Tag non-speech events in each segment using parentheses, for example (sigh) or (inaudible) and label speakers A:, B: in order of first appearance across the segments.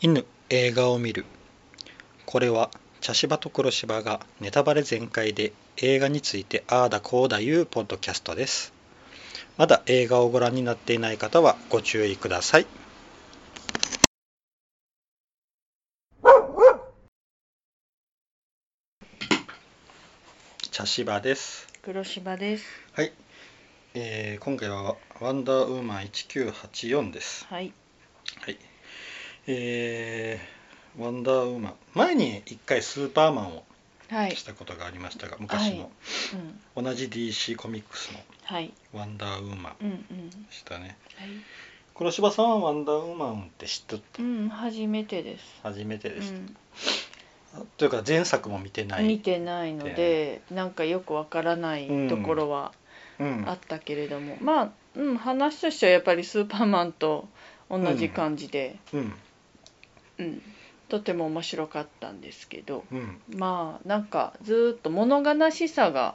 A: 犬映画を見るこれは茶芝と黒芝がネタバレ全開で映画についてああだこうだいうポッドキャストですまだ映画をご覧になっていない方はご注意ください茶芝です
B: 黒芝です。
A: はい、えー今回は「ワンダーウーマン1984」です
B: はい。
A: はい。えーワンダーウーマン。前に一回スーパーマンを
B: はい
A: し。たことがありましたが、昔の、
B: うん。
A: 同じ DC コミックスの
B: はい。
A: ワンダーウーマン
B: うんうん。
A: でしたね。
B: はい。
A: 黒柴さんはワンダーウーマンって知って
B: うん、初めてです。
A: 初めて
B: う
A: でした。
B: ん、
A: というか前作も見てない。
B: 見てないので、なんかよくわからないところは
A: うん
B: あったけれども、まあ、うん、話としてはやっぱりスーパーマンと同じ感じで、
A: うん
B: うん、とても面白かったんですけど、
A: うん
B: まあなんかずーっと物悲しさが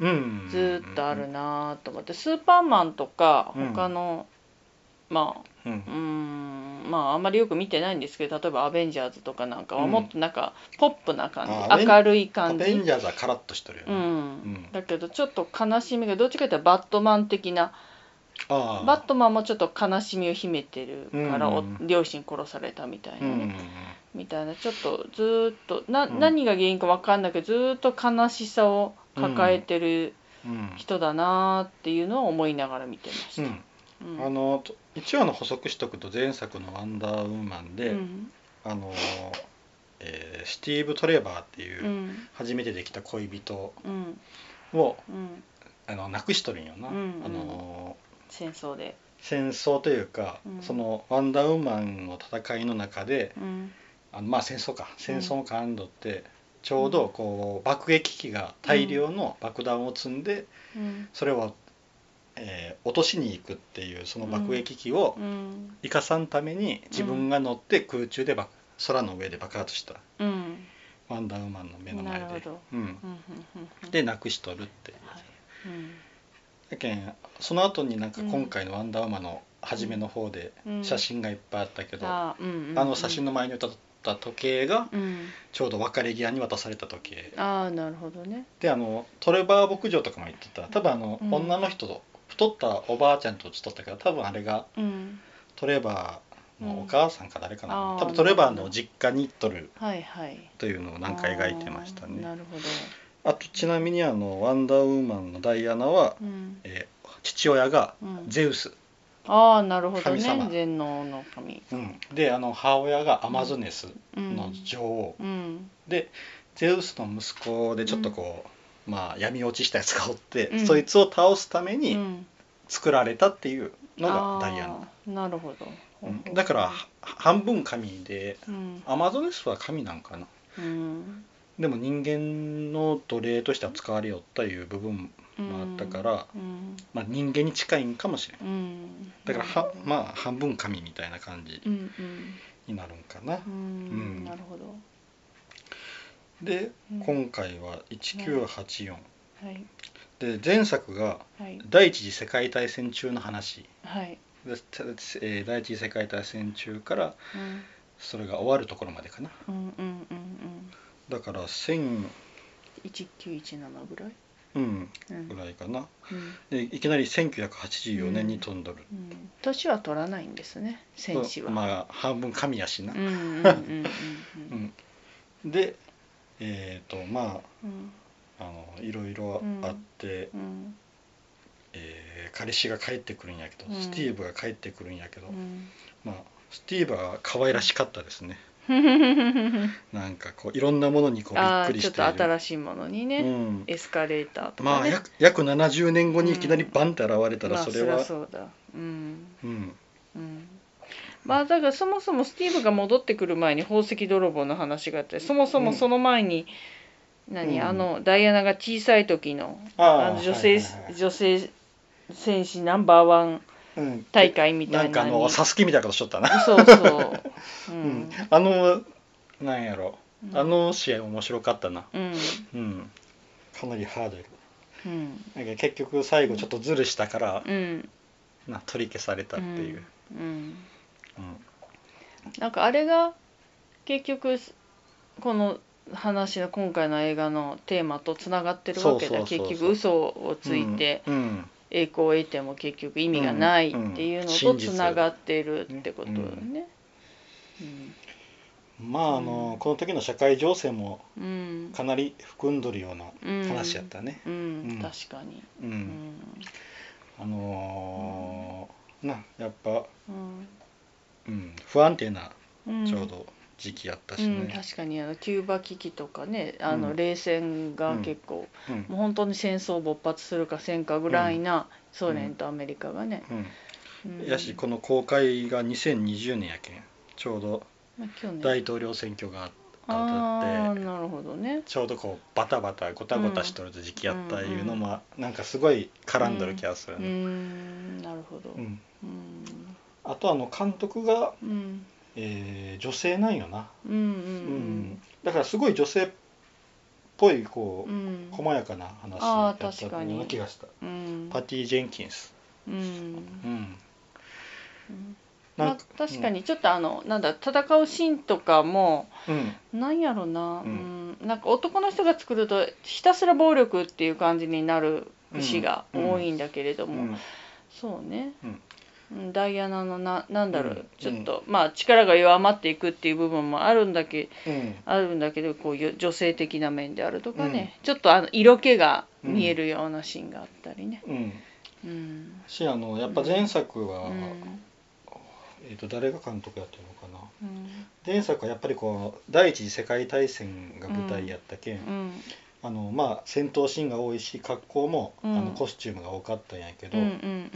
A: うん。
B: ずーっとあるなーと思って、スーパーマンとか
A: うん
B: 他の、まあ
A: うん。
B: うーんまああんまりよく見てないんですけど例えば「アベンジャーズ」とかなんかは
A: うん
B: もっとなんかポップな感じ、
A: あアベン
B: 明るい
A: ア
B: 感
A: ベン
B: じ、
A: ジャーズはカラッとしてるよ
B: うん
A: ね。ん
B: だけどちょっと悲しみがどっちかというとバットマン的な
A: ああ。
B: バットマンもちょっと悲しみを秘めてるから、お
A: うん
B: 両親殺されたみたいな
A: うん
B: ね、
A: うん
B: みたいなちょっとずーっとな、
A: うん
B: 何が原因か分かんないけどずーっと悲しさを抱えてる
A: うん。
B: 人だなーっていうのを思いながら見てまし
A: う
B: た。
A: ん。
B: うん
A: あのと一話の補足しとくと前作の「ワンダーウーマンで」
B: うん
A: あのえースティーブ・トレバーって
B: う
A: いうん初めてできた恋人
B: うん
A: を
B: うん、
A: あの亡くしとるんよな、
B: うんうん
A: あの
B: 戦争で、
A: 戦争というか、
B: うん
A: そのワンダーウーマンの戦いの中で
B: うん
A: あのまあ戦争か戦争の感度ってちょうどこう爆撃機が大量の爆弾を積んで
B: うん
A: それを、えー落としに行くっていうその爆撃機を
B: うん
A: イカさんために自分が乗って空中でば空の上で爆発した
B: うん
A: ワンダーウーマンの目の前
B: なる
A: で
B: ほど、
A: うん、
B: うんうんうん
A: でなくしとるっていう、
B: はいうん
A: だけんその後になんか今回の「ワンダーウーマン」の初めの方で
B: うん
A: 写真がいっぱいあったけど、あ
B: あーうんうんうん
A: の写真の前に歌った時計が
B: うん
A: ちょうど別れ際に渡された時計
B: ああなるほどね
A: であのトレバー牧場とかも行ってた多分あの、
B: うん
A: 女の人と太ったおばあちゃんと写っとったけど多分あれが
B: うん
A: トレバーのお母さんか誰かな、
B: うん
A: 多分トレバーの実家に行っとる
B: はいはい
A: というのを何回描いてました
B: あー
A: ね
B: なるほど
A: あとちなみにあの「ワンダーウーマン」のダイアナは、
B: うん
A: えー父親が
B: うん
A: ゼウス、
B: ああなるほど
A: 神様
B: ね全能の神
A: うんであの母親がアマゾネス
B: うん
A: の女王、
B: うん
A: でゼウスの息子でちょっとこう、まあ闇落ちしたやつがおって、
B: うん
A: そいつを倒すため
B: う
A: に
B: ん
A: 作られたっていうのが
B: あ
A: ダ
B: ー
A: イアナ、
B: なるほど
A: うんだからは半分神で
B: うん
A: アマゾネスは神なんかな
B: うん
A: でも人間の奴隷として扱われよったいう部分もあったから、
B: うん
A: まあ、人間に近いんかもしれん
B: うん
A: だからはまあ半分神みたいな感じ
B: うん
A: になるんかな
B: う
A: う
B: んう
A: ん
B: んなるほど
A: で
B: うん
A: 今回は1984
B: はい
A: で前作が
B: はい
A: 第一次世界大戦中の話
B: はい
A: でえー第一次世界大戦中から
B: うん
A: それが終わるところまでかな
B: うんうんうんうん
A: だから1000
B: 1917ぐらい
A: うん
B: うん
A: ぐらいかな
B: うん
A: でいきなり1984年に飛んどる、
B: うん年は取らないんですね戦士は、
A: まあ半分神やしな
B: うんうんうん
A: うん、でえっ、とま
B: うん
A: ああのいろいろあって、
B: うん
A: えー彼氏が帰ってくるんやけど、
B: うん
A: スティーブが帰ってくるんやけど、
B: うん
A: まあスティーブは可愛らしかったです
B: (laughs)
A: ね
B: うん
A: なんかこういろんなものにこうびっ
B: あ
A: く
B: あ
A: り
B: ち
A: し
B: ょってと
A: いる、
B: 新しいものにね、
A: うん、
B: エスカレーターと
A: ま
B: か
A: あ
B: ね、
A: 約約70年後にいきなりバンって現れたら
B: まあ
A: それは、
B: りゃそうだうん
A: うん
B: うんまあだからそもそもスティーブが戻ってくる前に宝石泥棒の話があってそもそもその前に、
A: う
B: 何、
A: ん
B: あのダイアナが小さい時の
A: あ
B: あの女性、
A: はいはいはい
B: 女性戦士ナンバーワン
A: うん
B: 大会みた
A: ないんかあ
B: なのに
A: のサスケみたいなことしとったな、
B: そうそ
A: う
B: う、う
A: ん
B: ん、
A: あのなんやろ
B: うん
A: あの試合面白かったな
B: うん
A: うんかなりハードル
B: うん
A: なんか結局最後ちょっとズルしたから、
B: うん
A: な取り消されたっていう、う
B: うん
A: ん
B: なんかあれが結局この話の今回の映画のテーマとつながってるわ
A: そうそ
B: けだ
A: うそうそう
B: 結局嘘をついて
A: うんうん
B: 栄光を得ても結局意味がないっていうの
A: うん
B: と
A: うん
B: つながってるってことよね。
A: まああの、
B: うん
A: この時の社会情勢も
B: うんうん
A: かなり含んどるような
B: うん
A: 話やったね。
B: う
A: うんん
B: 確かに。
A: うん
B: うん
A: あのーなやっぱ、
B: うん
A: うん、不安定な
B: うん
A: ちょうど時期やったし
B: うん、
A: ね。
B: 確かにあのキューバ危機とかねあ
A: う
B: の
A: ん
B: 冷戦が結構、
A: うん
B: もう本当に戦争を勃発するかせんかぐらいなソ連とアメリカがね、
A: うん
B: うん
A: やしこの公開が2020年やけんちょうど
B: まあ去年
A: 大統領選挙があっ
B: あ
A: た
B: あ
A: って
B: なるほどね
A: ちょうどこうバタバタごたごたしとる時期やったいうのもなんかすごい絡んどる気がす
B: う
A: る
B: ー
A: ね。
B: んなるほど
A: う
B: うんーん
A: あとあの監督が、
B: うん
A: えー女性なんよな、
B: うんう
A: うん
B: ん
A: だからすごい女性っぽいこ
B: う
A: う、
B: ん
A: 細やかな話
B: あ
A: やっ
B: ー
A: たよ
B: 確かに
A: うな気がした
B: うん
A: パティ・ジェンキンス、
B: うんうん
A: うん、
B: ま
A: な
B: あ
A: んか
B: 確かにちょっとあのなんだ戦うシーンとかも
A: うん
B: なんやろな、
A: う
B: うんなんか男の人が作るとひたすら暴力っていう感じになる節が多いんだけれど
A: う
B: も、
A: ん
B: そうね、
A: うん
B: うんダイアナのななんだろう、
A: うん
B: ちょっと、まあ力が弱まっていくっていう部分もあるんだけ
A: うん
B: あるんだけどこういう女性的な面であるとかね、ちょっとあの色気が見えるようなシーンがあったりね。
A: うん、
B: うん
A: しあのやっぱ前作は、
B: うん
A: えー、と誰が監督やってるのかな
B: うん
A: 前作はやっぱりこう第一次世界大戦が舞台やったけん、
B: うん
A: あのまあ、戦闘シーンが多いし格好も、
B: うん
A: あのコスチュームが多かったんやけ
B: う
A: ど、
B: んう
A: うんん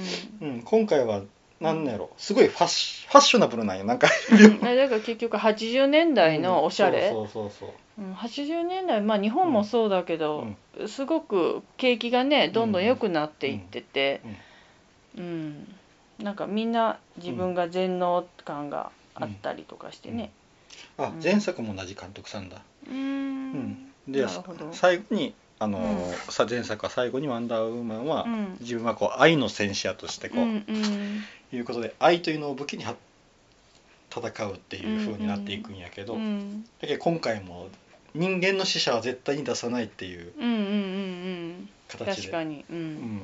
A: 今回はなんやろすごいファッシファッショナブルなんよなんか
B: うんうんだから結局80年代のおしゃれ、
A: そうそうそう
B: うん80年代まあ日本もそうだ
A: そう、
B: けど
A: う、ん
B: すごく景気がねどんどん良くなっていってて
A: うん、
B: うんなんかみんな自分が全能感があったりとかしてね。
A: あ
B: うん
A: 前作も同じ監督さんだ、
B: う
A: うん
B: ん
A: で
B: なるほど
A: 最後にあの、
B: うん
A: さ前作は最後に「ワンダーウーマンは」
B: うん
A: 自分はこう愛の戦士やとしてこう、
B: うんうん
A: いうことで愛というのを武器には戦うっていう風になっていくんやけど、
B: うんうん
A: だけど今回も人間の死者は絶対に出さないっていう
B: うんうんうん
A: 形で
B: 確かに、うん
A: うん、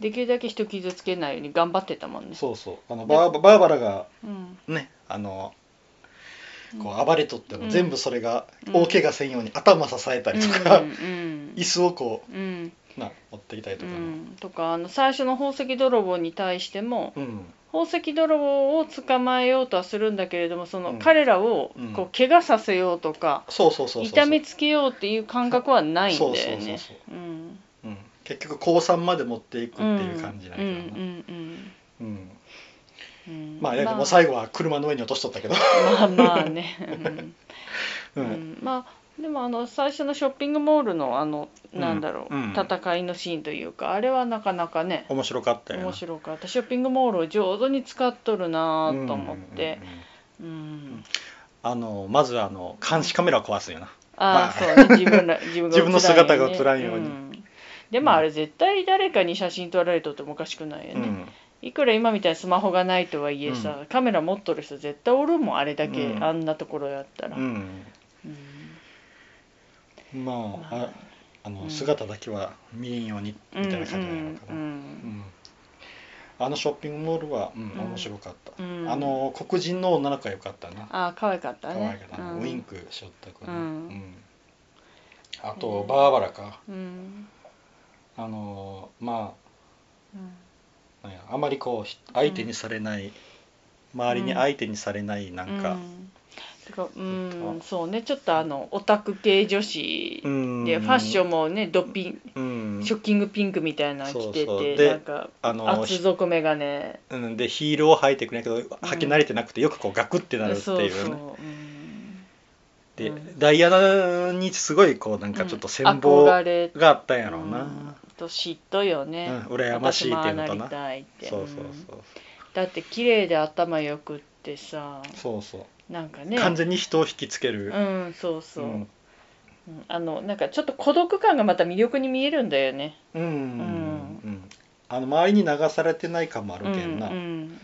B: できるだけ人傷つけないように頑張ってたもんね。
A: そうそうあのバーババーバラが
B: うん
A: ねあの
B: うん
A: こう暴れとって
B: う
A: も
B: ん
A: 全部それが
B: うん
A: 大怪我せんように頭支えたりとか、
B: うんうん
A: 椅子をこ
B: うんうん
A: うな持ってきたりと
B: う
A: かね、
B: んとかあの最初の宝石泥棒に対しても
A: うん
B: 宝石泥棒を捕まえようとはするんだけれどもその
A: うん
B: 彼らを
A: うん
B: こう怪我させようとか、
A: そうそうそうそう
B: 痛めつけようっていう感覚はないんだよね
A: そうそうそう。
B: うん
A: うん、結局高3まで持っていくっていう感じなんやけど
B: うんう
A: な、
B: んうん
A: うん
B: うん
A: まあやけどもう最後は車の上に落としとったけど、
B: まあまあね、
A: (laughs) う
B: うん
A: ん
B: うんまあでもあの最初のショッピングモールのあのなんだろう、
A: うんうん
B: 戦いのシーンというかあれはなかなかね
A: 面白かったよな
B: 面白かったショッピングモールを上手に使っとるなと思って、
A: うんうんうんうん
B: うん
A: あのまずあの監視カメラを壊すよな
B: ああ、そうね自
A: (laughs)
B: 分ら自分が
A: 自分の姿が映らんように
B: んでもあれ絶対誰かに写真撮られとってもおかしくないよね、いくら今みたいにスマホがないとはいえさ、カメラ持っとる人絶対おるもんあれだけ、
A: うん
B: あんなところやったら、
A: うん、うん、まあああ
B: う
A: の
B: ん
A: 姿だけは見えんようにみたいな感じなのかな、
B: うん
A: うんあのショッピングモールは、うん、
B: うん
A: 面白かった、
B: うん
A: あの黒人の女の子はよかったな
B: ああ可愛かった
A: 可
B: ね
A: 愛かったな、
B: うん、
A: ウインクしょった子ね、
B: うん
A: あとバーバラか
B: うん
A: あのま
B: うん
A: あなんやあまりこうひ相手にされない、周りに相手にされないなんか
B: う、んてかうんそうねちょっとあのオタク系女子
A: うん
B: で、ファッションもねドッピン
A: うん
B: ショッキングピンクみたいなの着てて
A: そうそうで
B: なんか
A: あの
B: 厚底眼鏡
A: うん、でヒールを履いてくれんやけど履き慣れてなくてよくこうガクってなるっていうね、
B: そうそううん
A: で
B: うん
A: ダイアナにすごいこうなんかちょっと羨望
B: 憧れ
A: があったんやろうな、
B: うんと嫉妬よね、
A: うん羨ましいっていうのかな
B: 私もああなりたいって
A: そうそう
B: うん
A: そう
B: だって綺麗で頭よくってさ
A: そうそう、
B: なんかね
A: 完全に人を引きつける、
B: うんそうそう、
A: う
B: うんんあのなんかちょっと孤独感がまた魅力に見えるんだよね
A: うんうん
B: う
A: あの周りに流されてない感もある
B: うん
A: けんな、
B: うん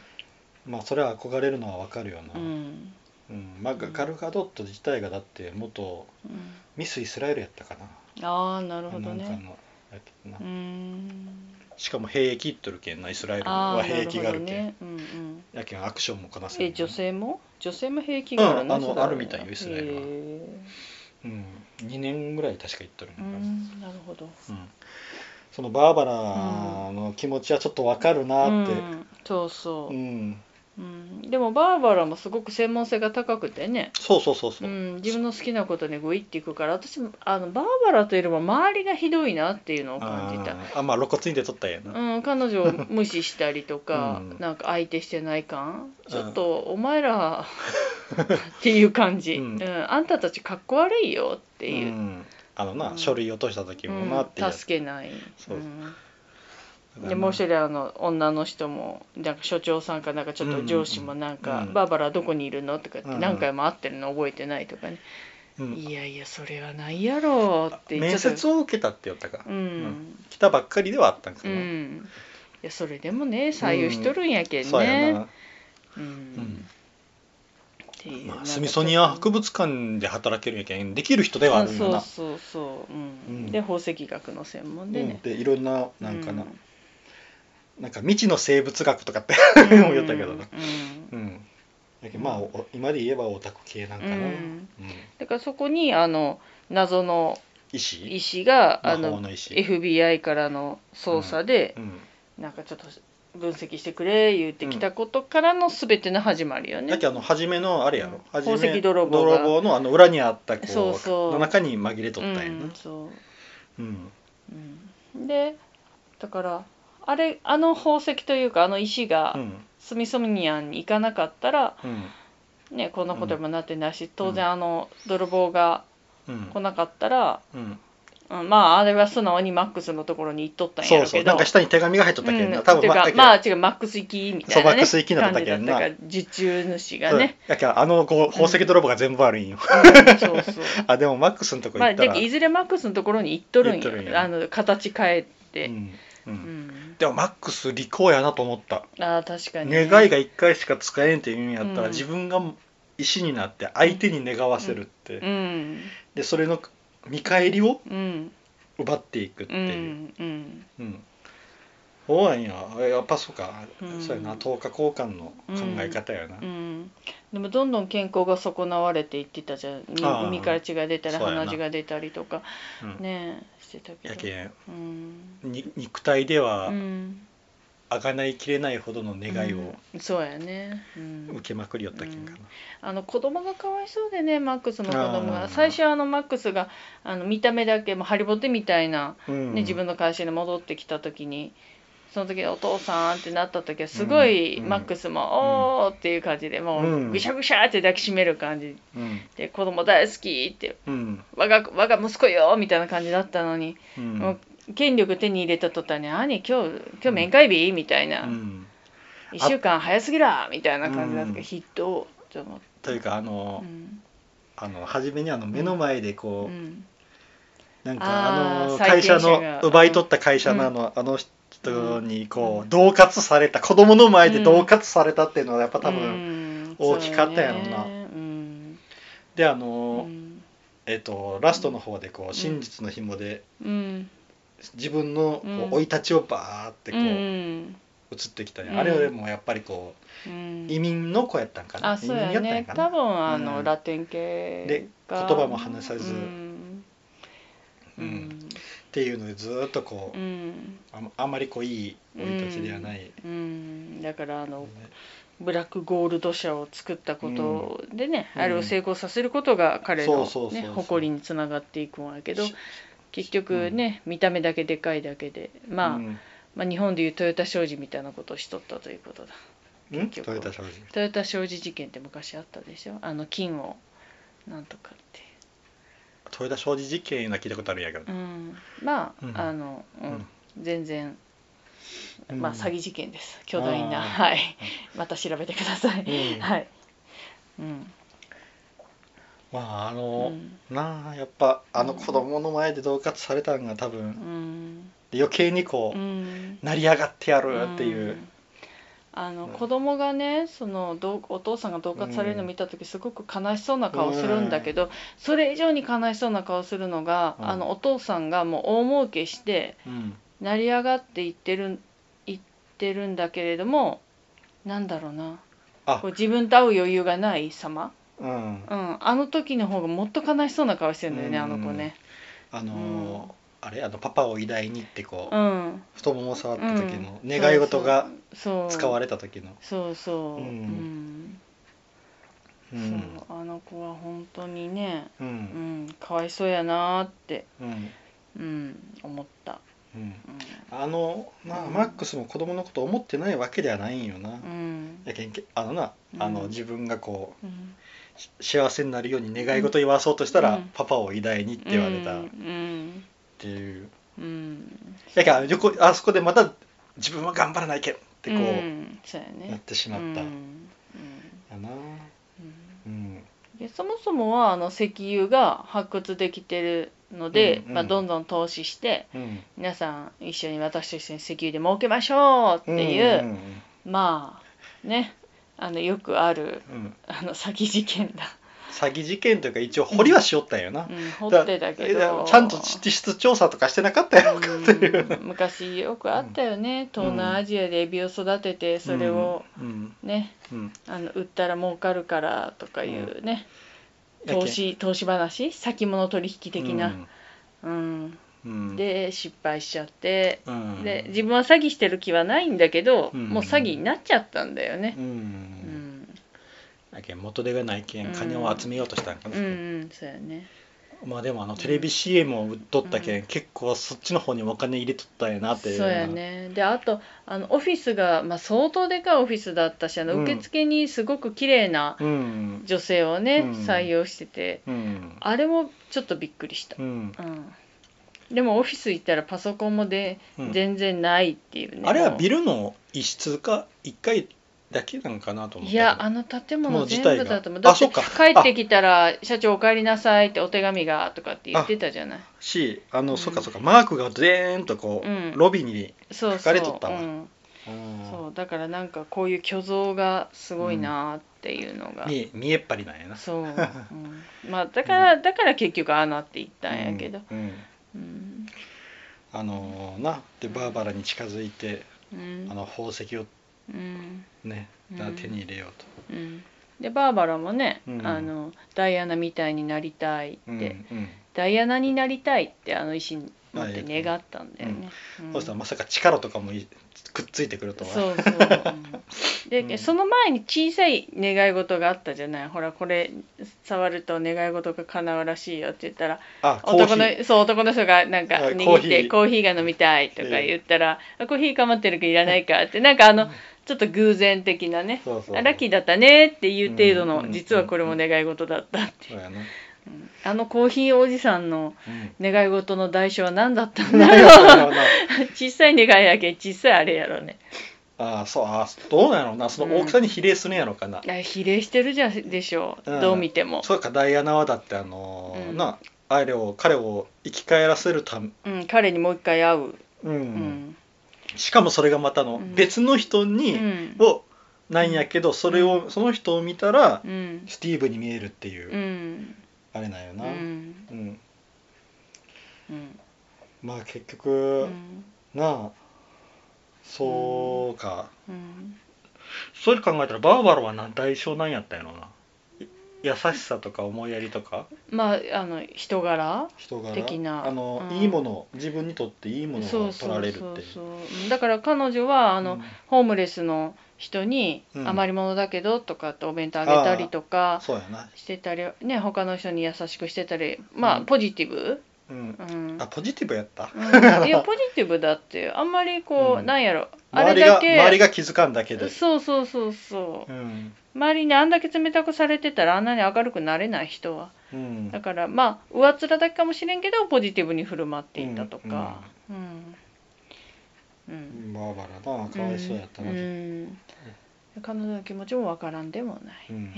A: まあそれは憧れるのはわかるよな、
B: うん
A: うん、まあガガルガドット自体がだって元
B: うん
A: ミスイスラエルやったかな
B: ああなるほど
A: なんか
B: ね
A: のやつな
B: うーん
A: しかも兵役っとるけんなイスラエル
B: あ
A: は
B: あな
A: 兵
B: る
A: 役
B: ほ
A: があ
B: ど
A: るけん、
B: ねうんうん
A: やけんアクションもこなせる、
B: え女性も女性も平気
A: うん
B: ね
A: あの
B: そうだろうね
A: あるみたいよイスラエルは
B: へえ
A: うん、2年ぐらい確か行っとるの
B: う
A: かな、
B: んなるほど
A: うんそのバーバラの気持ちはちょっとわかるなって、
B: うんそう
A: う
B: そ
A: ん
B: う、うん、でもバーバラもすごく専門性が高くてね
A: そうそうそうそうう、
B: ん、自分の好きなことにグイっていくから私もあのバーバラというよりも周りがひどいなっていうのを感じた
A: あーあまあ露骨に出とったんやな、
B: うん、彼女を無視したりとか
A: うん
B: なんか相手してない感
A: うん
B: ちょっとお前らっていう感じ、
A: う
B: うんんあんたたちかっこ悪いよっていうう、
A: んあのな、
B: うん
A: 書類落とした時
B: う
A: も
B: ん
A: なっていうやつ
B: 助けない
A: そう
B: うん、でもう一人あの女の人もなんか所長さんかなんかちょっと上司もなん
A: うん
B: か
A: うん
B: 「
A: うん
B: バーバラどこにいるの?」とかって
A: うん
B: 何回も会ってるの覚えてないとかね
A: う
B: 「
A: ん
B: いやいやそれはないやろ」って
A: 面
B: ちょっ
A: 接
B: と
A: を受けたって言ったか、
B: うん
A: 来たばっかりではあったんか
B: う
A: な、
B: んいやそれでもね採用しとるんやけん
A: そうや
B: ね、
A: な、
B: うん
A: うん
B: っていう
A: ま
B: な
A: あ、
B: んか
A: スミソニア博物館で働けるんやけんできる人ではあ
B: あ
A: るんだな
B: そうそうそう、う
A: うん
B: ん、で宝石学の専門で
A: うん
B: ね、
A: でいろんななんかな、
B: う
A: なんか未知の生物学とかって
B: (laughs) うん
A: 思ったけどな
B: うん
A: うんだけどまあお今で言えばオタク系なんかな、う
B: うんんだからそこにあの謎の
A: 医師
B: 医師があ
A: 魔法
B: の
A: の医師、
B: FBI からの捜査で、
A: うん
B: なんかちょっと分析してくれ言ってきたことからの全ての始まりよ
A: だ
B: ね
A: け、どあの初めのあれやろ、
B: うん
A: 初め
B: 宝石泥棒が
A: 泥棒のあの裏にあった子
B: そうそう
A: の中に紛れと
B: う
A: ったんやな、
B: んそう
A: うん
B: うん、でだからあれあの宝石というかあの石が
A: うん
B: スミソニアンに行かなかったら、
A: うん
B: ね、こんなことにもなってないし、当
A: うん
B: 然あの泥棒が
A: うん
B: 来なかったら、
A: うん
B: うん、まああれは素直にマックスのところに行っとったんや
A: そ
B: ろ
A: う
B: う
A: そ
B: け
A: うな
B: ど
A: んか下に手紙が入っとったけどな、
B: うん
A: 多
B: て
A: 分
B: か
A: だけど
B: まあ違うマックス行きみた
A: そ
B: いな、ね、
A: うマックス行きなっただけやんな
B: 感じだったから受注主が
A: そう
B: ね、
A: だからあのこう宝石泥棒が全部悪いんよ、
B: うんそ
A: (laughs)
B: うそう
A: あでもマックスのとこ
B: ま
A: 行
B: あ
A: ったら、
B: でいずれマックスのところに行っとる
A: 行
B: ん
A: っ
B: よ
A: とるんや
B: あの形変えて、
A: うんう
B: うんん
A: でもマックス利口やなと思った
B: ああ確かに
A: 願いが1回しか使えんって言うんやったら、
B: うん
A: 自分が石になって相手に願わせるって、
B: うん
A: でそれの見返りを
B: うん
A: 奪っていくって
B: う
A: いう、
B: んうん
A: うんそうなんややっぱそうか、
B: うん
A: そうやな等価交換の考え方やな、
B: うんでもどんどん健康が損なわれていってたじゃんみ
A: あー
B: 耳から血が出たり
A: そうやな
B: 鼻血が出たりとか
A: うん
B: ねえしてたけど
A: やけん
B: うん
A: に肉体では
B: うん
A: 贖いきれないほどの願いを
B: うんそうやね、うん
A: 受けまくりよったけんかな、
B: あの子供がかわいそうでねマックスの子供
A: あー
B: が最初あのマックスがあの見た目だけもうハリボテみたいな、
A: うん
B: ね自分の会社に戻ってきた時にその時お父さんってなった時はすごい
A: うん
B: マックス
A: う
B: も「おー」っていう感じでも
A: う
B: うんぐしゃぐしゃって抱きしめる感じ
A: うん
B: で「子供大好き」って
A: うん
B: 「我が我が息子よ」みたいな感じだったのに、
A: う
B: も
A: ん
B: う権力手に入れた途端に「兄今日今日面会日?」みたいな
A: うん
B: 「1週間早すぎら」みたいな感じだった
A: う
B: け
A: ん
B: どひどっと思って。
A: というかあの
B: う,、ん
A: あの初めにあの目の前でこう、
B: うん
A: なんかあ
B: あー
A: の
B: 債
A: 会
B: 権
A: 社
B: 者が
A: の奪い取った会社のあ
B: うん
A: の,、あの人にこ
B: う
A: うん恫喝された子供の前で恫喝されたっていうのはやっぱ多分、
B: 分
A: 大きかったやろな
B: うん
A: であ
B: う
A: の、
B: ん
A: えっとラストの方でこう真実の紐で
B: うん
A: 自分のこう
B: うん
A: 生、い立ちをバーってこう、
B: うん
A: 映ってきたり、
B: うん
A: あれはでもやっぱりこ
B: う
A: うん移民の子やったんかな
B: あそうや
A: 移民や
B: ね
A: ったんや
B: 多
A: かな
B: 分あの、
A: うん
B: ラテン系
A: で
B: が
A: 言葉も話さず
B: うん
A: う
B: うんん
A: っていうのでずーっとこう、
B: うん
A: あんあんまりこういい生い立ちではない、
B: うんだからあ
A: ね
B: のブラックゴールド社を作ったことでね、あれを成功させることが彼の、ね
A: そうそうそうそう
B: 誇りにつながっていくんやけど
A: し
B: 結局ね、見た目だけでかいだけでまあ、
A: うん
B: まあ、日本でいうトヨタ商事みたいなことをしとったということだ
A: うん、
B: 結局
A: トヨタ商事
B: トヨタ商事事件って昔あったでしょあの金をなんとかっ
A: トヨタ商事事件は聞いたことあるんやけど
B: て、うん、ま
A: う
B: あ、
A: ん
B: あの、うん
A: うん
B: 全然、
A: うん
B: まあ詐欺事件です巨大な
A: あー
B: はいまた調べてください、
A: うん
B: はい、うん
A: まああ
B: う
A: の、
B: ん
A: なあやっぱあの子供の前で恫喝されたんが多分
B: うん
A: で余計にこう、
B: うん
A: 成り上がってやるっていう、
B: んあの
A: うん
B: 子供がねそのどうお父さんが恫喝されるの見た時すごく悲しそうな顔するんだけど、それ以上に悲しそうな顔するのが、
A: うん
B: あのお父さんがもう大儲けして
A: うん
B: 成り上がっていってるんいってるんだけれどもなんだろうな
A: あ
B: こう自分と会う余裕がない様、
A: うん
B: うん、あの時の方がもっと悲しそうな顔してるんだよね、
A: うん
B: あの子ね。
A: あのーあれあのパパを偉大にってこう、
B: うん、
A: 太もも触った時の
B: うん
A: 願い事が
B: そう
A: 使わ
B: れ
A: れた時の、
B: そうそ
A: うん
B: う、うん
A: う
B: そうんあの子は本当にね、
A: う
B: うんん、かわいそうやなーって、
A: うん
B: うん、思った、
A: うん、
B: う
A: あのまあ
B: うん
A: マックスも子供のこと思ってないわけではないんよな、い
B: んうん
A: やけんけあのな
B: うん
A: あの自分がこ
B: うん、
A: うし幸せになるように願い事言わそうとしたら、
B: うん
A: パパを偉大にって言われたっ
B: うん
A: ていう、
B: うん、うん、
A: やけんあ横あそこでまた自分は頑張らないけんってこう、
B: うん、そうや
A: なっ
B: ね
A: てしまった、
B: うんうん
A: やな
B: うん
A: うん
B: でそもそもはあの石油が発掘できてるので、
A: うんうん
B: まあ、どんどん投資して
A: うん
B: 皆さん一緒に私と一緒に石油で儲けましょうっていう、
A: うん
B: まあねあのよくある
A: うんうん
B: あの詐欺事件だ、
A: 詐欺事件というか一応掘りはしよったんよな、
B: うん、掘ってたけ
A: だ
B: ど
A: ちゃんと地質調査とかしてなかったよ、
B: うん昔よくあったよね東南アジアでエビを育ててそれを
A: うん
B: ね
A: うん
B: あの売ったら儲かるからとかいうね、
A: やけん
B: 投資投資話先物取引的な、うん
A: うん
B: で失敗しちゃって、
A: うん
B: で自分は詐欺してる気はないんだけど、
A: うん
B: もう詐欺になっちゃったんだよね
A: う。ん、
B: うん、
A: やけん元手がないけん金を集めようとしたんかな、
B: うん、うん、そうやね。
A: まあでもあのテレビ CM を売っとったけん、結構そっちの方にお金入れとったんやなっていう
B: そうやね。で、あと、あのオフィスが、まあ、相当でかいオフィスだったし、あの
A: うん
B: 受付にすごく綺麗な
A: うん
B: 女性をね、
A: うん
B: 採用してて。
A: うん
B: あれもちょっとびっくりした
A: う。ん
B: うん。でもオフィス行ったらパソコンもで、
A: うん
B: 全然ないっていうね。
A: あれは
B: もう
A: ビルの一室か一階だけなんかなと思ったけ
B: い
A: ど
B: やあの建
A: も
B: 物
A: う自
B: 全
A: 体が
B: 部だと思う
A: あ
B: だって
A: そうかあ
B: 帰ってきたら「社長お帰りなさい」ってお手紙がとかって言ってたじゃない
A: しあの、
B: うん
A: そっかそっかマークがぜーんとこう、
B: うん
A: ロビーに
B: そう
A: 書
B: そ
A: か
B: う,、
A: れとったわ
B: うん、
A: あ
B: そうだからなんかこういう虚像がすごいなーっていうのが、
A: ー見え見えっぱりなんやな
B: そう、
A: (laughs)
B: うん、まあだから、だから結局ああなっていったんやけど、
A: うんうん
B: うん
A: あのーなでバーバラに近づいて、
B: うん
A: あの宝石を
B: うん
A: ね
B: うん
A: 手に入れようと、
B: うん、でバーバラもね、
A: うん
B: あのダイアナみたいになりたいって、
A: うんうん
B: ダイアナになりたいってあの石に持って
A: あええ
B: 願ったんだよね。うん
A: そしたらまさか力とかもいくっついてくるとは
B: そうそう、
A: (laughs)
B: うんで、
A: うん
B: その前に小さい願い事があったじゃないほらこれ触ると願い事が叶うらしいよって言ったら
A: あコーヒ
B: 男
A: ー
B: のそう男の人がなんか
A: あコ
B: 握
A: ー
B: っ
A: ヒー
B: てコーヒーが飲みたいとか言ったら「あコーヒーかまってるけどいらないか」ってなんかあのちょっと偶然的なね
A: そうそう
B: あラッキーだったねっていう程度
A: うんう
B: の
A: ん
B: 実はこれも願い事だったって
A: そうやな、
B: うんあのコーヒーおじさんの
A: うん
B: 願い事の代償は何だったん
A: (laughs)
B: だ
A: なるほ
B: ろう
A: どな
B: 小さい願いやけん小さいあれやろね
A: あーそうあーどうなんやろうなその大きさに比例するんやろうかな、
B: いや比例してるじゃんでしょう、
A: うん
B: どう見ても、
A: そうかダイアナはだってあのー
B: うん
A: なあれを彼を生き返らせるため
B: うん、彼にもう一回会う、
A: うん
B: うん
A: しかもそれがまたあの、
B: うん
A: 別の人
B: う
A: に、
B: ん
A: をなんやけどそれを、その人を見たら、
B: うん
A: スティーブに見えるっていう、
B: うん
A: あれなんよ
B: う
A: な、うん
B: んうん
A: まあ結
B: う
A: 局、
B: ん
A: なあそうか、
B: うん
A: それ考えたらバーバラは何対象なんやったんやろうない優しさとか思いやりとか
B: まああの人柄
A: 人柄
B: 的な
A: あの、
B: うん
A: いいもの自分にとっていいもの
B: そ
A: を
B: う
A: 取
B: そ
A: ら
B: う
A: れるって
B: そうそううんだから彼女はあの、
A: うん
B: ホームレスの人に
A: うん
B: 余り物だけどとかってお弁当あげたりとか
A: そうやな、
B: してたりね他の人に優しくしてたりまあ、
A: うん
B: ポジティブ、
A: うん
B: う、ん、
A: あポジティブやった
B: うんいやポジティブだってあんまりこう、
A: うん
B: なんやろあ
A: 周
B: れ
A: りが
B: だけ
A: 周りが気づかんだけで、
B: そうそうそうそううん周りにあんだけ冷たくされてたらあんなに明るくなれない人は
A: うん、
B: だからまあ上っ面だけかもしれんけどポジティブに振る舞っていたとかうんうん、
A: バーバラなかわいそうやったな、
B: うん彼女の気持ちもわからんでもない、
A: うん、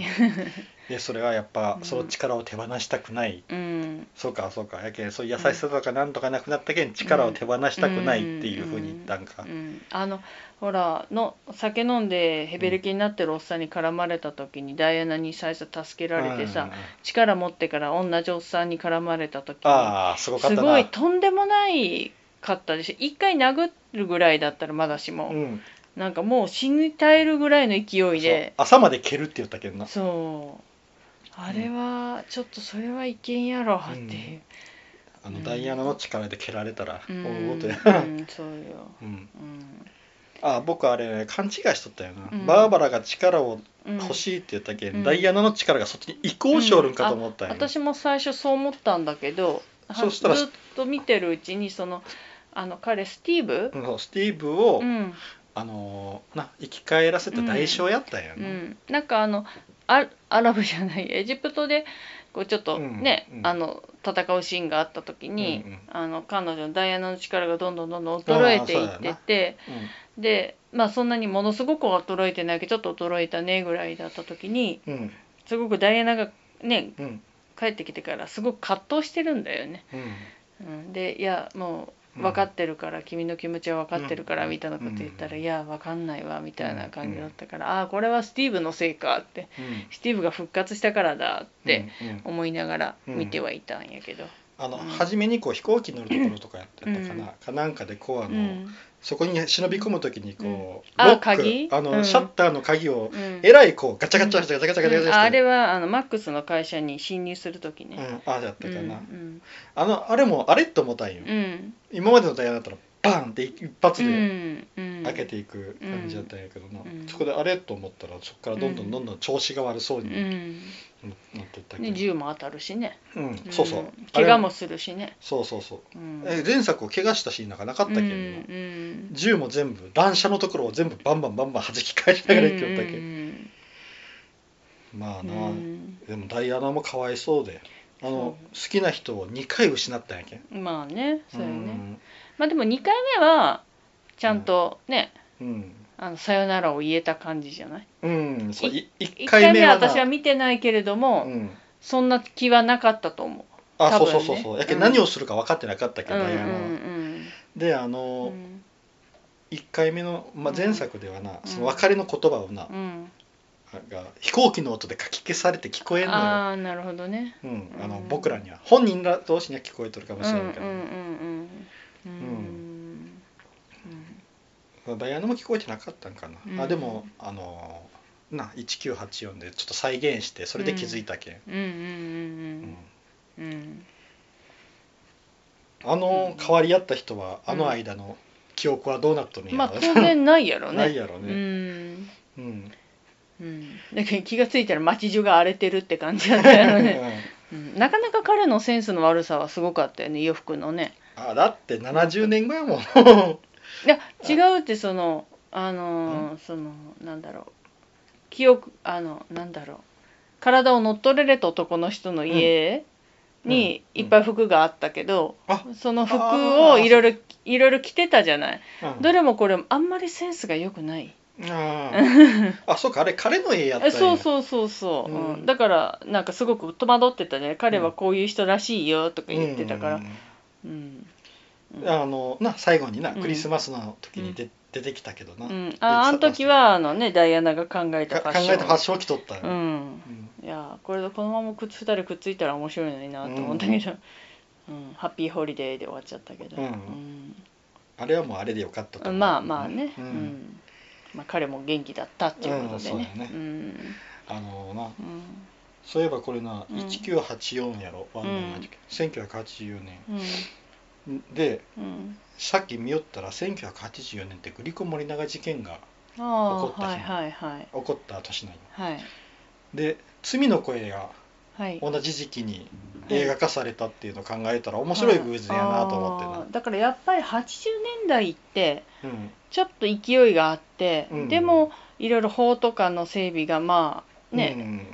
A: でそれはやっぱ
B: うん
A: その力を手放したくない、
B: うん、
A: そうかそうかやけんそういう優しさとかなんとかなくなったけん力を手放したくないっていうふうに言ったんか
B: う。ん、あのほらの酒飲んでヘベレキになってるおっさんに絡まれた時にダイアナに最初助けられてさ、力持ってから同じおっさんに絡まれた時に
A: ああすごかった
B: す
A: な。
B: ごいとんでもないかったでしょ一回殴るぐらいだったらまだしも、
A: うん、
B: なんかもう死に絶えるぐらいの勢い
A: そう
B: で
A: 朝まで蹴るって言ったけどな。
B: そうあれはちょっとそれはいけんやろっていう、
A: あ
B: う
A: の
B: ん
A: ダイアナの力で蹴られたら
B: うん
A: 大ごとや。
B: うんそうよ、
A: うん、
B: うん
A: あ僕あれ勘違いしとったよな、
B: うん
A: バーバラが力を
B: うん、
A: 欲しいって言ったけん、
B: うん
A: ダイアナの力がそっちに移行しおるんかと思ったんよ、
B: 私も最初そう思ったんだけどは
A: そしたら
B: ずっと見てるうちにそのあの彼スティーブ、
A: うんそうスティーブを、
B: うん
A: あのーな生き返らせた代償やったんや
B: う
A: な、
B: ん、なんかあのアアラブじゃないエジプトでこうちょっとね、
A: うんうん
B: あの戦うシーンがあった時に、
A: うんうん
B: あの彼女のダイアナの力がどんどんどんどん衰えていっててでまあそんなにものすごくは衰えてないけどちょっと衰えたねぐらいだった時に
A: うんうん
B: すごくダイアナがね
A: うん
B: 帰ってきてからすごく葛藤してるんだよね。
A: うん
B: うん、でいやも
A: う
B: うん分かってるから、君の気持ちは分かってるからみたいなこと言ったら、
A: うん
B: いや分かんないわみたいな感じだったから、ああこれはスティーブのせいかって
A: うん
B: スティーブが復活したからだって
A: うんうん
B: 思いながら見てはいたんやけど。
A: あの
B: うん
A: 初めにこう飛行機乗るところとかやってたかな、
B: うん
A: かなんかでこうあ
B: う
A: の、
B: ん
A: そこに忍び込むときにこう、
B: うんあ
A: ロック
B: 鍵
A: あの、
B: うん
A: シャッターの鍵を
B: うん
A: えらいこうガチャガチャガチャガチャガチャガチャ
B: う
A: ガチャ
B: んあ
A: し
B: あ
A: て
B: れはあのマックスの会社に侵入する時
A: うん、
B: ね。
A: ああだったかな、
B: うん
A: あのあれもあれって思ったんよ、
B: うんうん
A: 今までのダイヤだったらバーンって一発
B: う
A: で
B: んうん
A: 開けていく感じだったんやけどな、
B: うん
A: そこであれと思ったらそこからどんどんどんどん調子が悪そう
B: う
A: になっ
B: ん、
A: てったけ
B: で
A: ど、
B: 銃も当たるしね、
A: うんそうそうんあ
B: 怪
A: れ
B: 我もするしね、
A: そうそうそう
B: うん、
A: え前作を怪我したシーンなんかなかったけどな
B: うんうん、
A: 銃も全部乱射のところを全部バンバンバンバン弾き返しながら行っておったけ、
B: うん
A: まあ
B: うんう
A: な、
B: ん
A: でもダイアナもかわいそうであの好きな人を2回失ったんやけん
B: うんまあねそうよね、
A: ん
B: まあでも2回目はちゃんとね、
A: うん、
B: あのさよならを言えた感じじゃない
A: うん、そう
B: い
A: い1
B: 1
A: 回
B: 回
A: 目
B: 目は
A: はな
B: 私は見てないけれども、
A: うん、
B: そんな気はなかったと思う
A: あ、
B: 多
A: そう
B: 分ね
A: そうそうそうやけん
B: うん
A: 何をするか分かってなかったけ
B: う
A: ど、
B: んう
A: ダイアナは
B: ん
A: であ
B: うんう
A: の、
B: ん
A: 一1回目の、まあ、前作ではな、
B: うん
A: その別れの言葉をな、
B: うん
A: が飛行機の音でかき消されて聞こえんのよ、
B: ああなるほどね
A: うん、あの
B: うん
A: 僕らには本人ら同士には聞こえとるか
B: う
A: も
B: ん
A: し
B: うんう
A: れ
B: ん
A: んけど、
B: うんうん
A: ダイアナも聞こえてなかったんかな、
B: うん
A: あでもあのな1984でちょっと再現してそれで気づいたけん、
B: うんうんうん
A: うん
B: うんうん
A: あの変わり合った人は
B: うん
A: あの間の記憶はどうなっとるん
B: う
A: や
B: んまあ
A: ろ、
B: 当然ないやろね
A: ないやろ
B: う
A: ね、
B: ん
A: うん
B: うん、だけど気がついたら街中が荒れてるって感じだった
A: (laughs)
B: よねうんなかなか彼のセンスの悪さはすごかったよね洋服のね。
A: あだって70年後や
B: (laughs)
A: もん
B: いや違うってそのあのーそのなんだろう記憶あのなんだろう体を乗っ取れれた男の人の家に
A: うん
B: いっぱい服があったけど、
A: あ
B: その服
A: あ
B: を
A: ー
B: いろいろいろいろ着てたじゃない
A: うん
B: どれもこれもあんまりセンスが良くない
A: あ
B: (laughs)
A: ーあそうかあれ彼の家やったん
B: え
A: や
B: そうそうそうそう、
A: うん
B: うんだからなんかすごく戸惑ってたね彼はこういう人らしいよとか言ってたから、うん
A: うんあのな最後にな
B: うん
A: クリスマスの時にで、出てきたけどな、
B: うん、ああの時はあのねダイアナが考えた
A: か
B: ファ
A: 考
B: ッション
A: えたファッションを着とったんよ
B: うん
A: うん
B: いやこれでこのままくっつ二人くっついたら面白いのになと思ったけど、うんハッピーホリデーで終わっちゃったけど、
A: うんあれはもうあれでよかったと思
B: う
A: う、
B: んまあまあね、
A: う
B: うんんまあ、彼も元気だったっていうことでね,、
A: うんそうだよね
B: ん
A: あのな
B: うん
A: そういえばこれな、
B: うん
A: 1984やろワンダーランド1984年で
B: うんうん
A: さっき見よったら1984年ってグリコ森永事件が
B: あ
A: 怒っ
B: あ
A: た
B: は
A: 日
B: いはいはい
A: 起こった年なんよ
B: はい
A: で「罪の声」が
B: はい
A: 同じ時期に映画化されたっていうのを考えたら面白い偶然やなと思ってな
B: あ、ーだからやっぱり80年代って
A: うん
B: ちょっと勢いがあって、
A: うん
B: でもいろいろ法とかの整備がまあね、
A: うん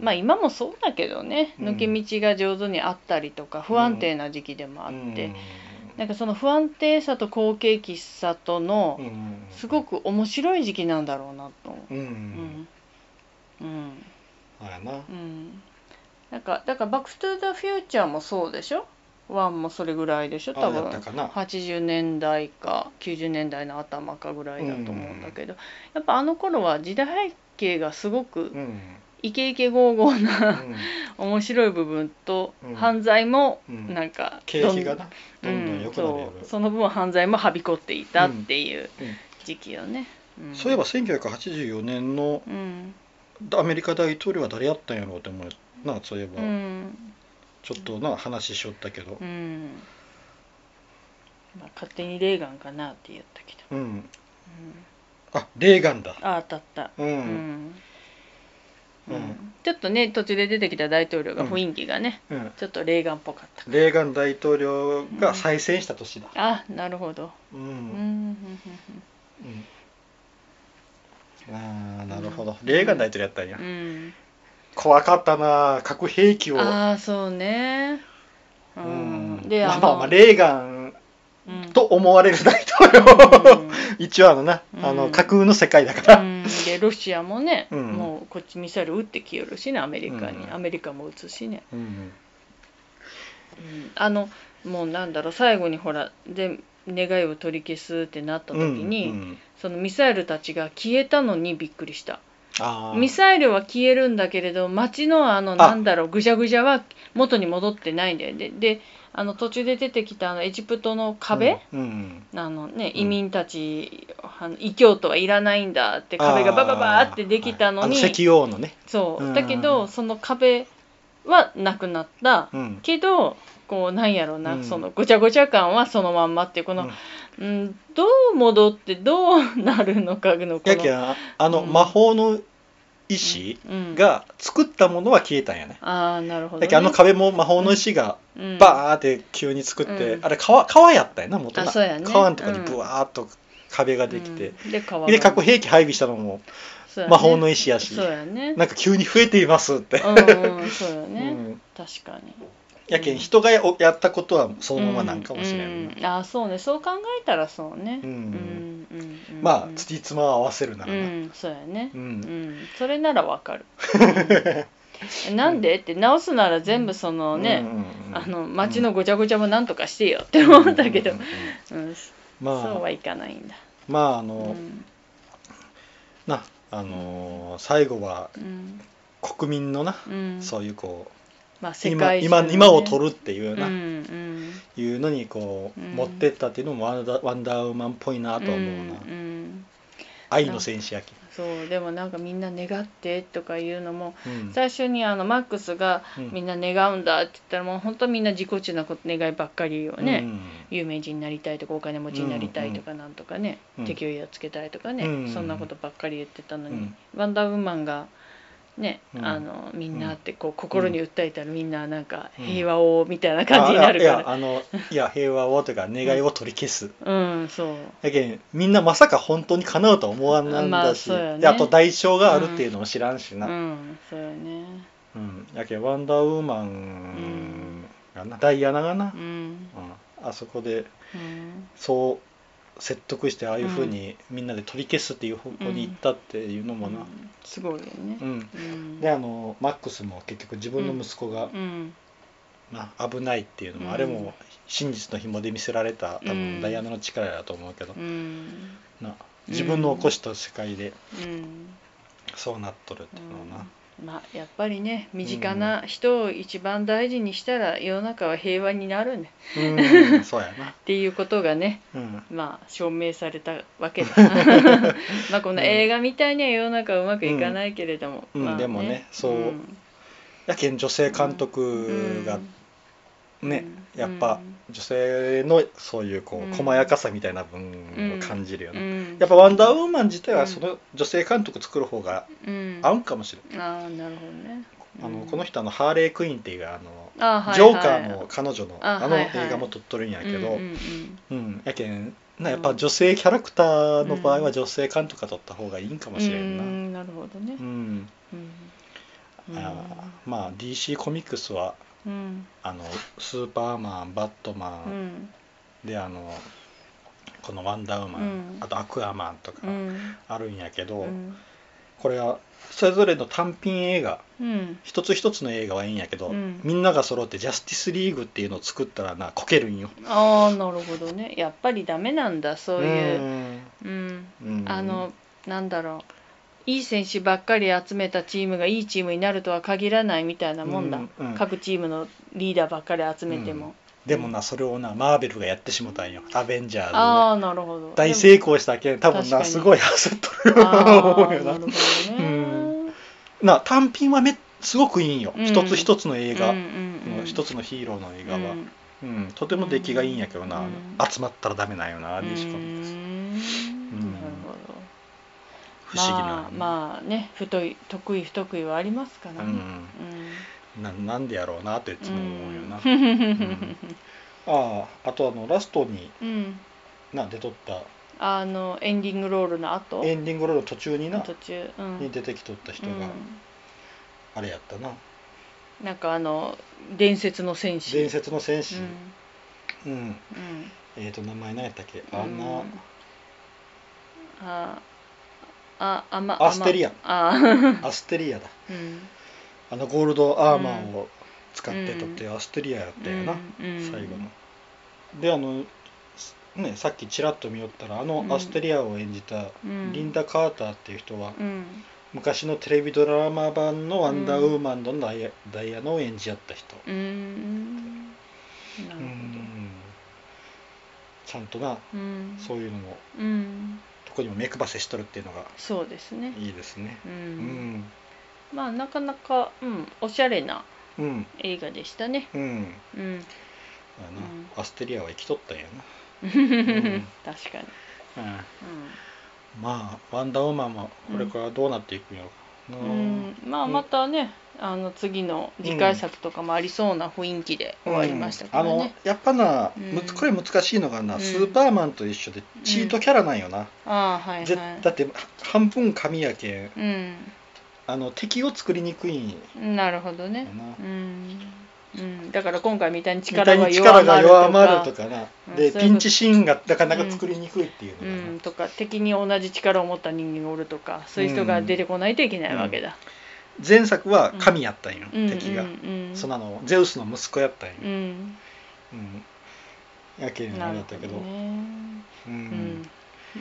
B: まあ今もそうだけどね
A: うん
B: 抜け道が上手にあったりとか不安定な時期でもあって、
A: うん
B: うなんかその不安定さと好景気さとの
A: うん
B: すごく面白い時期なんだろうなと思う。
A: うん、う、
B: うんんうん
A: あやな
B: うんなんかだから「バック・トゥ・ザ・フューチャー」もそうでしょワンもそれぐらいでしょ
A: あ
B: 多
A: だ
B: 分
A: ったかな
B: 80年代か90年代の頭かぐらいだと思うんだけど、やっぱあの頃は時代背景がすごく
A: うん、うん
B: イケイケゴーゴーな面白い部分と、
A: うん
B: 犯罪も
A: うん
B: なんか
A: 景
B: ん
A: 気がなどんどん良くなるよ、
B: うんそうその分犯罪もはびこっていたっていう時期よね、ん
A: そういえば1984年の
B: うん
A: アメリカ大統領は誰やったんやろうって思うなそういえば、
B: うん
A: ちょっとな話しよったけど
B: うんまあ、勝手にレーガンかなって言ったけど、
A: うん、
B: うん
A: あレーガンだ
B: あ当たった
A: うん、
B: う
A: うん
B: ん、
A: うん
B: うんちょっとね途中で出てきた大統領が雰囲気がね、ちょっとレーガンっぽかったか
A: レーガン大統領が再選した年だ、
B: あなるほど
A: うん
B: うんうん
A: うんあーなるほどレーガン大統領やったんや、
B: うんうん
A: 怖かったな核兵器
B: う
A: を
B: んああそうねう
A: うん
B: んで
A: まあ
B: あ
A: まあまあ
B: の
A: レーガン
B: うん
A: と思われる大統
B: う
A: 領、
B: ん
A: 一応あのな、あ
B: う
A: の
B: ん
A: 架空の世界だから、 (laughs)
B: うんでロシアもね、
A: うん
B: もうこっちミサイル撃ってきよるしねアメリカに、
A: うん
B: アメリカも撃つしね、
A: うん
B: うんあのもうなんだろう最後にほらで願いを取り消すってなった時に、
A: うんうん
B: そのミサイルたちが消えたのにびっくりした
A: あー
B: ミサイルは消えるんだけれど街のあのなんだろうぐじゃぐじゃは元に戻ってないんだよねでであの途中で出てきたあのエジプトの壁、
A: うんうん
B: あのね、
A: うん
B: 移民たち、あの異教徒はいらないんだって壁がバババーってできたのに、
A: あーはいあ石王のね、
B: そう、
A: うん
B: だけどその壁はなくなった
A: うん
B: けどこうなんやろうな、
A: うん
B: そのごちゃごちゃ感はそのまんまっていうこの、うんどう戻ってどうなるのかのこ
A: や
B: の
A: けんああの、
B: うん
A: 魔法の石
B: うん
A: が作ったものは消えたんやね、
B: ああなるほど、
A: だ
B: ね、
A: けんあの壁も魔法の石が
B: うん
A: バーって急に作って、
B: うん
A: あれ川川やったんやな元な
B: あそうやね
A: 川のとこにブワーっと壁ができて、
B: うんで川
A: で核兵器配備したのも魔法の石やし、
B: そうやね
A: なんか急に増えていますって、
B: うんうんそうや
A: う
B: ね、
A: ん、
B: 確かに
A: やけん人がややったことはそのままなんかもしれんな、
B: うんうんあーそうねそう考えたらそうね
A: うん
B: うんうんうん
A: まあつじつまを合わせるなら
B: う
A: な、
B: んそうやね
A: うん
B: うんそれならわ
A: (laughs)
B: かるうんなんでって直すなら全部そのね、あの街のごちゃごちゃもなんとかしてよって思ったけど、
A: う
B: うんん
A: うんうんうん
B: そう
A: まあ
B: はいかないんだ、
A: まああ
B: う
A: の、
B: ん
A: なあのー最後は
B: うん
A: 国民のな、
B: うん、
A: そういうこ
B: まあ
A: う
B: 世
A: 今
B: 界
A: 今
B: 中のね
A: 今を取るっていう
B: うんう
A: な、
B: ん
A: いうのにこう、
B: うん
A: 持ってったっていうのもワンダワンダーウーマンっぽいなとは思うな、
B: んん
A: 愛の戦士やけ、
B: そうでもなんかみんな願ってとかいうのも
A: うん
B: 最初にあのマックスが
A: うん
B: みんな願うんだって言ったらもう本当みんな自己中なこと願いばっかりよね、
A: うん
B: 有名人になりたいとかお金持ちになりたいとかなんとかね、
A: うん
B: 敵をやっつけたいとかね、
A: うん
B: そんなことばっかり言ってたのに、
A: うん
B: ワンダーウーマンがね、
A: うん
B: あのみんなってこう心に訴えたらみんななんか
A: うん
B: 平和をみたいな感じになる
A: あい
B: か
A: や
B: ら、
A: あのいや平和をというか願いを取り消す、
B: うん、そう
A: やけんみんなまさか本当に叶うとは思わなん
B: ま
A: だ
B: あ
A: し、
B: そうよね
A: であと代償があるっていうのも知らんし
B: う
A: な、
B: んそうよね
A: うんやけんワンダーウーマンがな、ダイアナがな
B: う、ん
A: うんあそこで
B: うん
A: そう説得してああいうふうにみんなで取り消すっていう方向に行ったっていうのもな、
B: うんすごいよね
A: う、ん
B: うん
A: であのマックスも結局自分の息子が、
B: うん
A: まあ、危ないっていうのも、
B: うん
A: あれも真実の紐で見せられた多
B: う
A: 分
B: ん
A: ダイアナの力だと思うけど、
B: うん
A: な自分の起こした世界で
B: うん
A: そうなっとるっていうのはな、
B: まあやっぱりね身近な人を一番大事にしたら世の中は平和になるね
A: うん、そうやな、
B: っていうことがね
A: うん、
B: まあ証明されたわけだ
A: (laughs)
B: (laughs) まあこの映画みたいには世の中はうまくいかないけれども、
A: うん
B: まあ
A: でもねそうんやけん女性監督が
B: うん
A: ね、
B: うん
A: やっぱ女性のそういうこ
B: う
A: うん細やかさみたいな分を感じるよ
B: う
A: ね、
B: ん
A: やっぱ「ワンダーウーマン」自体はその女性監督作る方が
B: うん
A: 合うんかもしれない、
B: ああなるほどね
A: あ
B: う
A: の
B: ん
A: この人あのハーレー・クイーンっていうあの
B: あーはいはい
A: ジョーカーの彼女の
B: あ
A: あの
B: はいはい
A: 映画も撮っとるんやけど、
B: うんうんうん
A: うん、やけんなやっぱ女性キャラクターの場合
B: う
A: は
B: ん
A: 女性監督が撮った方がいいんかもしれんな、
B: う
A: うん
B: んなるほどねうんう
A: あ
B: ん
A: ーまあ DC コミックスは
B: うん
A: あのスーパーマンバットマン、
B: うん
A: であのこの「ワンダーウーマン」
B: うん
A: あと「アクアマン」とか
B: うん
A: あるんやけど、
B: うん
A: これはそれぞれの単品映画
B: うん
A: 一つ一つの映画はいいんやけど、
B: うん
A: みんなが揃って「ジャスティスリーグ」っていうのを作ったらなこけるんよ。
B: ああなるほどねやっぱりダメなんだそういう
A: ーん
B: うん
A: うん
B: あのなんだろういい選手ばっかり集めたチームがいいチームになるとは限らないみたいなもんだ、
A: うんうん
B: 各チームのリーダーばっかり集めても、
A: うんでもなそれをなマーベルがやってしもたんよ「アベンジャーズで」
B: ああなるほど
A: 大成功したけん多分
B: 確か
A: な
B: に
A: すごい焦っとる
B: 功
A: よな思うよ
B: なる
A: な
B: ほどね、
A: うんな単品はめすごくいいんよ、
B: うん
A: 一つ一つの映画、
B: うんうんうん、
A: 一つのヒーローの映画は、う
B: う
A: んんとても出来がいいんやけどな、
B: うん
A: 集まったらダメなんよな、でしか
B: うー
A: も
B: ん
A: うん
B: なるほど
A: 不思議な、
B: まあ、まあね太い得意不得意はありますから
A: う
B: ね、
A: ん
B: うん
A: ななんでやろうなといつも思うよな、
B: う
A: あ
B: ん
A: ああとあのラストに
B: うん
A: な出とった
B: あのエンディングロールの後
A: エンディングロール途中にな
B: 途中、うん、
A: に出てきとった人が、あれやったな
B: うん、なんかあの伝説の戦士
A: 伝説の戦士、う
B: う
A: ん
B: ん、うん、
A: えっ、と名前何やったっけアナ、
B: うんあああま
A: アステリアン
B: あまあ
A: アステリアだ
B: うん
A: あのゴールドアーマーを使ってとって、アステリアやったよな、
B: うん
A: 最後のであのすねさっきちらっと見よったらあの
B: うん
A: アステリアを演じた
B: うん
A: リンダ・カーターっていう人は、
B: うん
A: 昔のテレビドラマ版の「ワンダーウーマン」のダイヤ,、ダイヤのを演じやった人
B: うんな
A: う
B: るほ
A: んちゃんとな
B: どうん
A: そういうのも
B: うん
A: どこにも目配せしとるっていうのが
B: そうですね
A: いいですね
B: う
A: うんん
B: まあなかなかうんおしゃれな
A: うん
B: 映画でしたね
A: うん
B: うん
A: あの、
B: うん
A: アステリアは生きとったんやな、
B: (laughs) 確かに
A: うんまあワンダーウーマンもこれからどうなっていくんやろうな、
B: うん、うん、まあ
A: うん
B: またねあの次の次回作とかもありそうな雰囲気で終わりましたから
A: うんあの
B: ね、
A: やっぱな、
B: うん
A: むつこれ難しいのがな、
B: うん
A: スーパーマンと一緒でチートキャラなんよな、
B: ああはい
A: ぜ
B: はい
A: だって半分紙やけん
B: う
A: あの敵を作りにくいんよ
B: んなるほど
A: な
B: ね、うんうん、だから今回みたいに力
A: み
B: が
A: たいに力が弱
B: 弱
A: ま
B: ま
A: る
B: る
A: と
B: とか
A: かな、
B: うん
A: で
B: そうい
A: ピ
B: うこと
A: ンチシーンがなかなか作りにくいっていうの
B: う
A: がな、
B: ん、とか敵に同じ力を持った人間がおるとかそういう人が出てこないといけないわけだ、
A: 前作は神やったんよ、
B: うんうん、
A: 敵が、
B: うん、
A: そんなのゼウスの息子やったんよ、
B: うん
A: うんやけんあ
B: な
A: れ
B: る
A: だった
B: ほ
A: け
B: ど
A: ど
B: ね
A: う
B: うんん、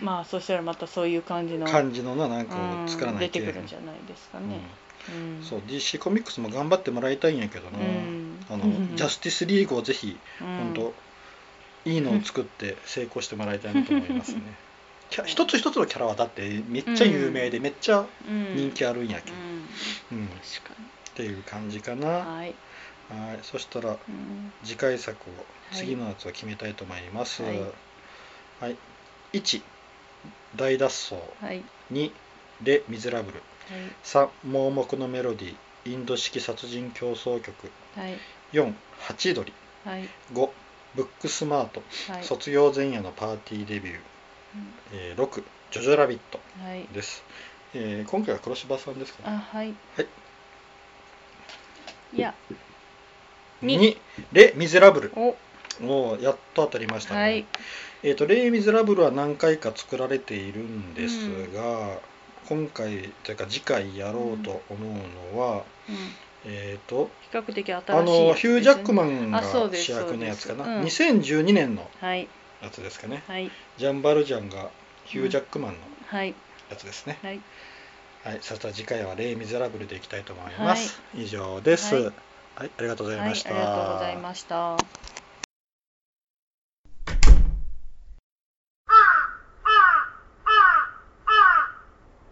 B: まあそしたらまたそういう感じの
A: 感じのななんか
B: う
A: を
B: ん
A: 作らない
B: 出
A: け
B: て
A: ん
B: くるんじゃないですかね、
A: うん
B: ん
A: そう DC コミックスも頑張ってもらいたいんやけどな、
B: うん
A: あの
B: うん
A: ジャスティスリーグをぜひ本当、いいのを作って成功してもらいたいなと思い
B: (laughs)
A: ますねキャ一つ一つのキャラはだってめっちゃ有名でめっちゃ
B: うん
A: 人気
B: あ
A: あるんやけ
B: う
A: ど、
B: ん、
A: うんっ
B: 確か
A: ていう感じか
B: に
A: な
B: はい、
A: はいそしたら
B: うん
A: 次回作を
B: い
A: 次のやつを決めたいと思いますは
B: はいい、
A: 1大脱走
B: はい
A: 2レ・ミゼラブル
B: は
A: 3盲目のメロディーインド式殺人競争曲
B: いはい
A: 4ハチドリ
B: はい
A: 5ブックスマート
B: はい
A: 卒業前夜のパーティーデビュー、えー6ジョジョラビット
B: うんはい
A: です、えー今回は黒柴さんですか、ね、
B: あはい
A: はい
B: いやに
A: 2レ・ミゼラブル
B: お
A: もうやっと当たりましたね、
B: はい
A: えーとレ・ミゼラブルは何回か作られているんですが、今回というか次回やろうと思うのは、
B: うん
A: えっ、と
B: 比較的新しい
A: あのヒュー・ジャックマ
B: ン
A: ンが
B: あそうです
A: 主役のやつかな、
B: そうです
A: 2012年の
B: はい
A: やつですかね
B: はい
A: ジャン・バルジャンがヒュー・ジャックマンの
B: はい
A: やつですね、
B: はい
A: はい、そしたら次回は「レイ・ミゼラブル」でいきたいと思います。以上です。
B: はい
A: はい、ありがとうござい
B: はいあ
A: ま
B: り
A: した。
B: がとうございました